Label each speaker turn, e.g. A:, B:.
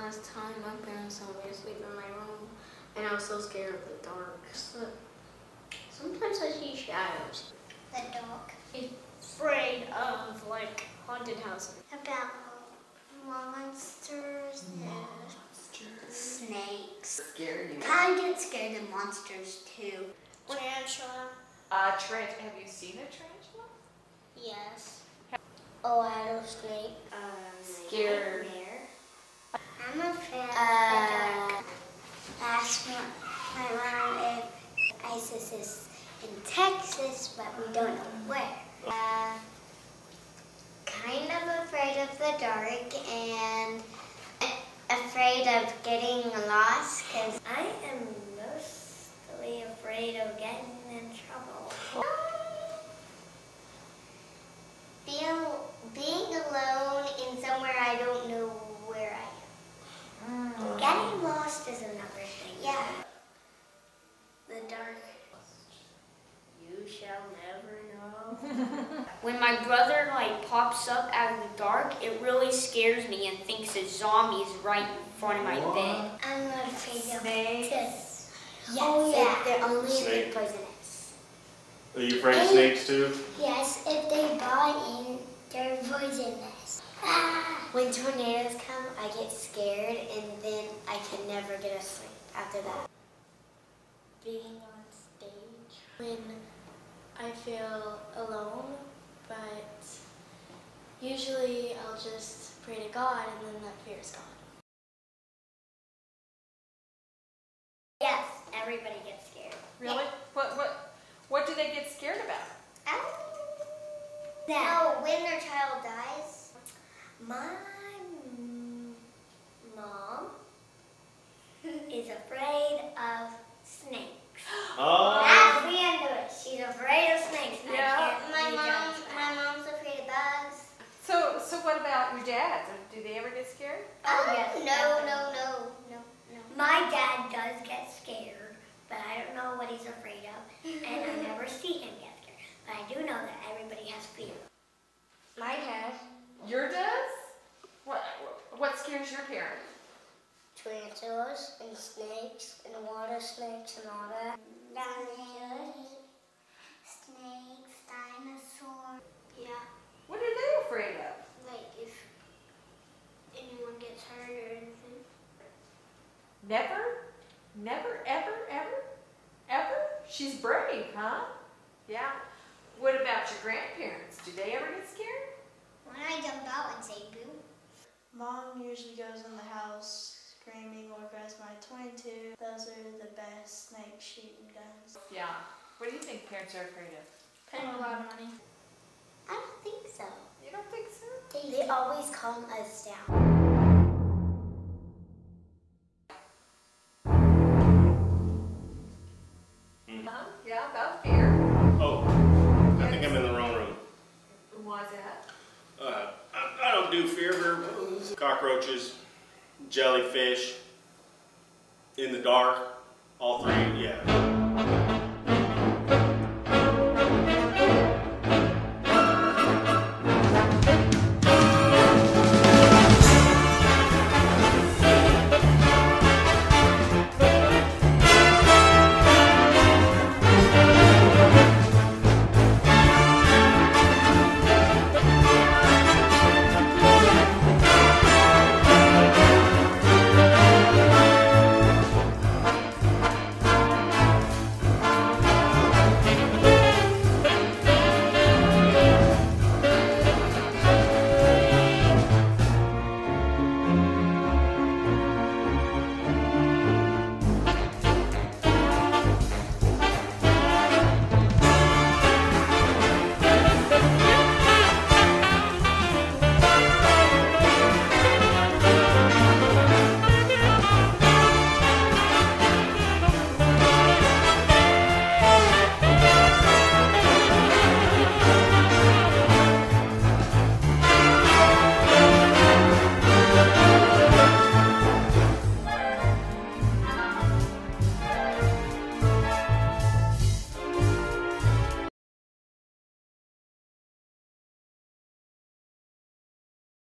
A: my parents told me to sleep in my room, and I was so scared of the dark. So, sometimes I see shadows.
B: The dog.
A: Afraid of like haunted houses.
B: About monsters and snakes.
C: Scare you.
B: I get scared of monsters too. Tarantula.
C: Uh, trans- have you seen a tarantula?
B: Yes. Oh, I don't snake. Um,
C: Scared.
B: I'm afraid of the dark. Asked my, my mom if ISIS is in Texas, but we don't know where. Uh, kind of afraid of the dark and afraid of getting lost because I am mostly afraid of getting in trouble. Being, being alone in somewhere I don't know where I am.
A: Hmm.
B: Getting lost is another thing. Yeah. The dark. You shall never know.
D: When my brother like pops up out of the dark, it really scares me and thinks a zombie's right in front of my bed.
B: I'm not afraid of Yes.
A: Oh, yeah.
B: They're only
E: Snake.
B: poisonous.
E: Are you afraid of snakes too?
B: Yes, if they bite in, they're poisonous. Ah. when tornadoes come, I get scared and then I can never get asleep after that. Being on stage.
A: When I feel alone, but usually I'll just pray to God, and then that fear is gone.
B: Yes, everybody gets scared.
C: Really? What what what do they get scared about?
B: Now, when their child dies, my m- mom is afraid of snakes.
E: Oh,
B: That's the end of it. She's afraid of snakes. I
C: Yeah.
B: can't be done. my mom's afraid of bugs.
C: So so what about your dads? Do they ever get scared?
B: Oh, no, no, no, no, no. My dad does get scared, but I don't know what he's afraid of, and I never see him get scared. But I do know that everybody has fear.
A: My dad,
C: Your dads? What what scares your parents?
B: Tarantulas and snakes and water snakes and all that. Dinosaurs, snakes, dinosaurs. Yeah,
C: What are they afraid of?
B: like if anyone gets hurt or anything.
C: Never? Never, ever, ever? Ever? She's brave, huh? Yeah. What about your grandparents? Do they ever get scared?
B: When I jump out and say boo.
F: Mom usually goes in the house screaming or grabs my 22. Those are the best snake shooting guns.
C: Yeah. What do you think parents are afraid of?
A: paying a lot of money.
B: I don't think so.
C: You don't think so?
B: They, they always calm us down.
C: Huh? Yeah, about fear.
E: oh, I think I'm in the wrong room.
C: Why's that?
E: Uh, I, I don't do fear very well. Cockroaches, jellyfish, in the dark, all three. Yeah.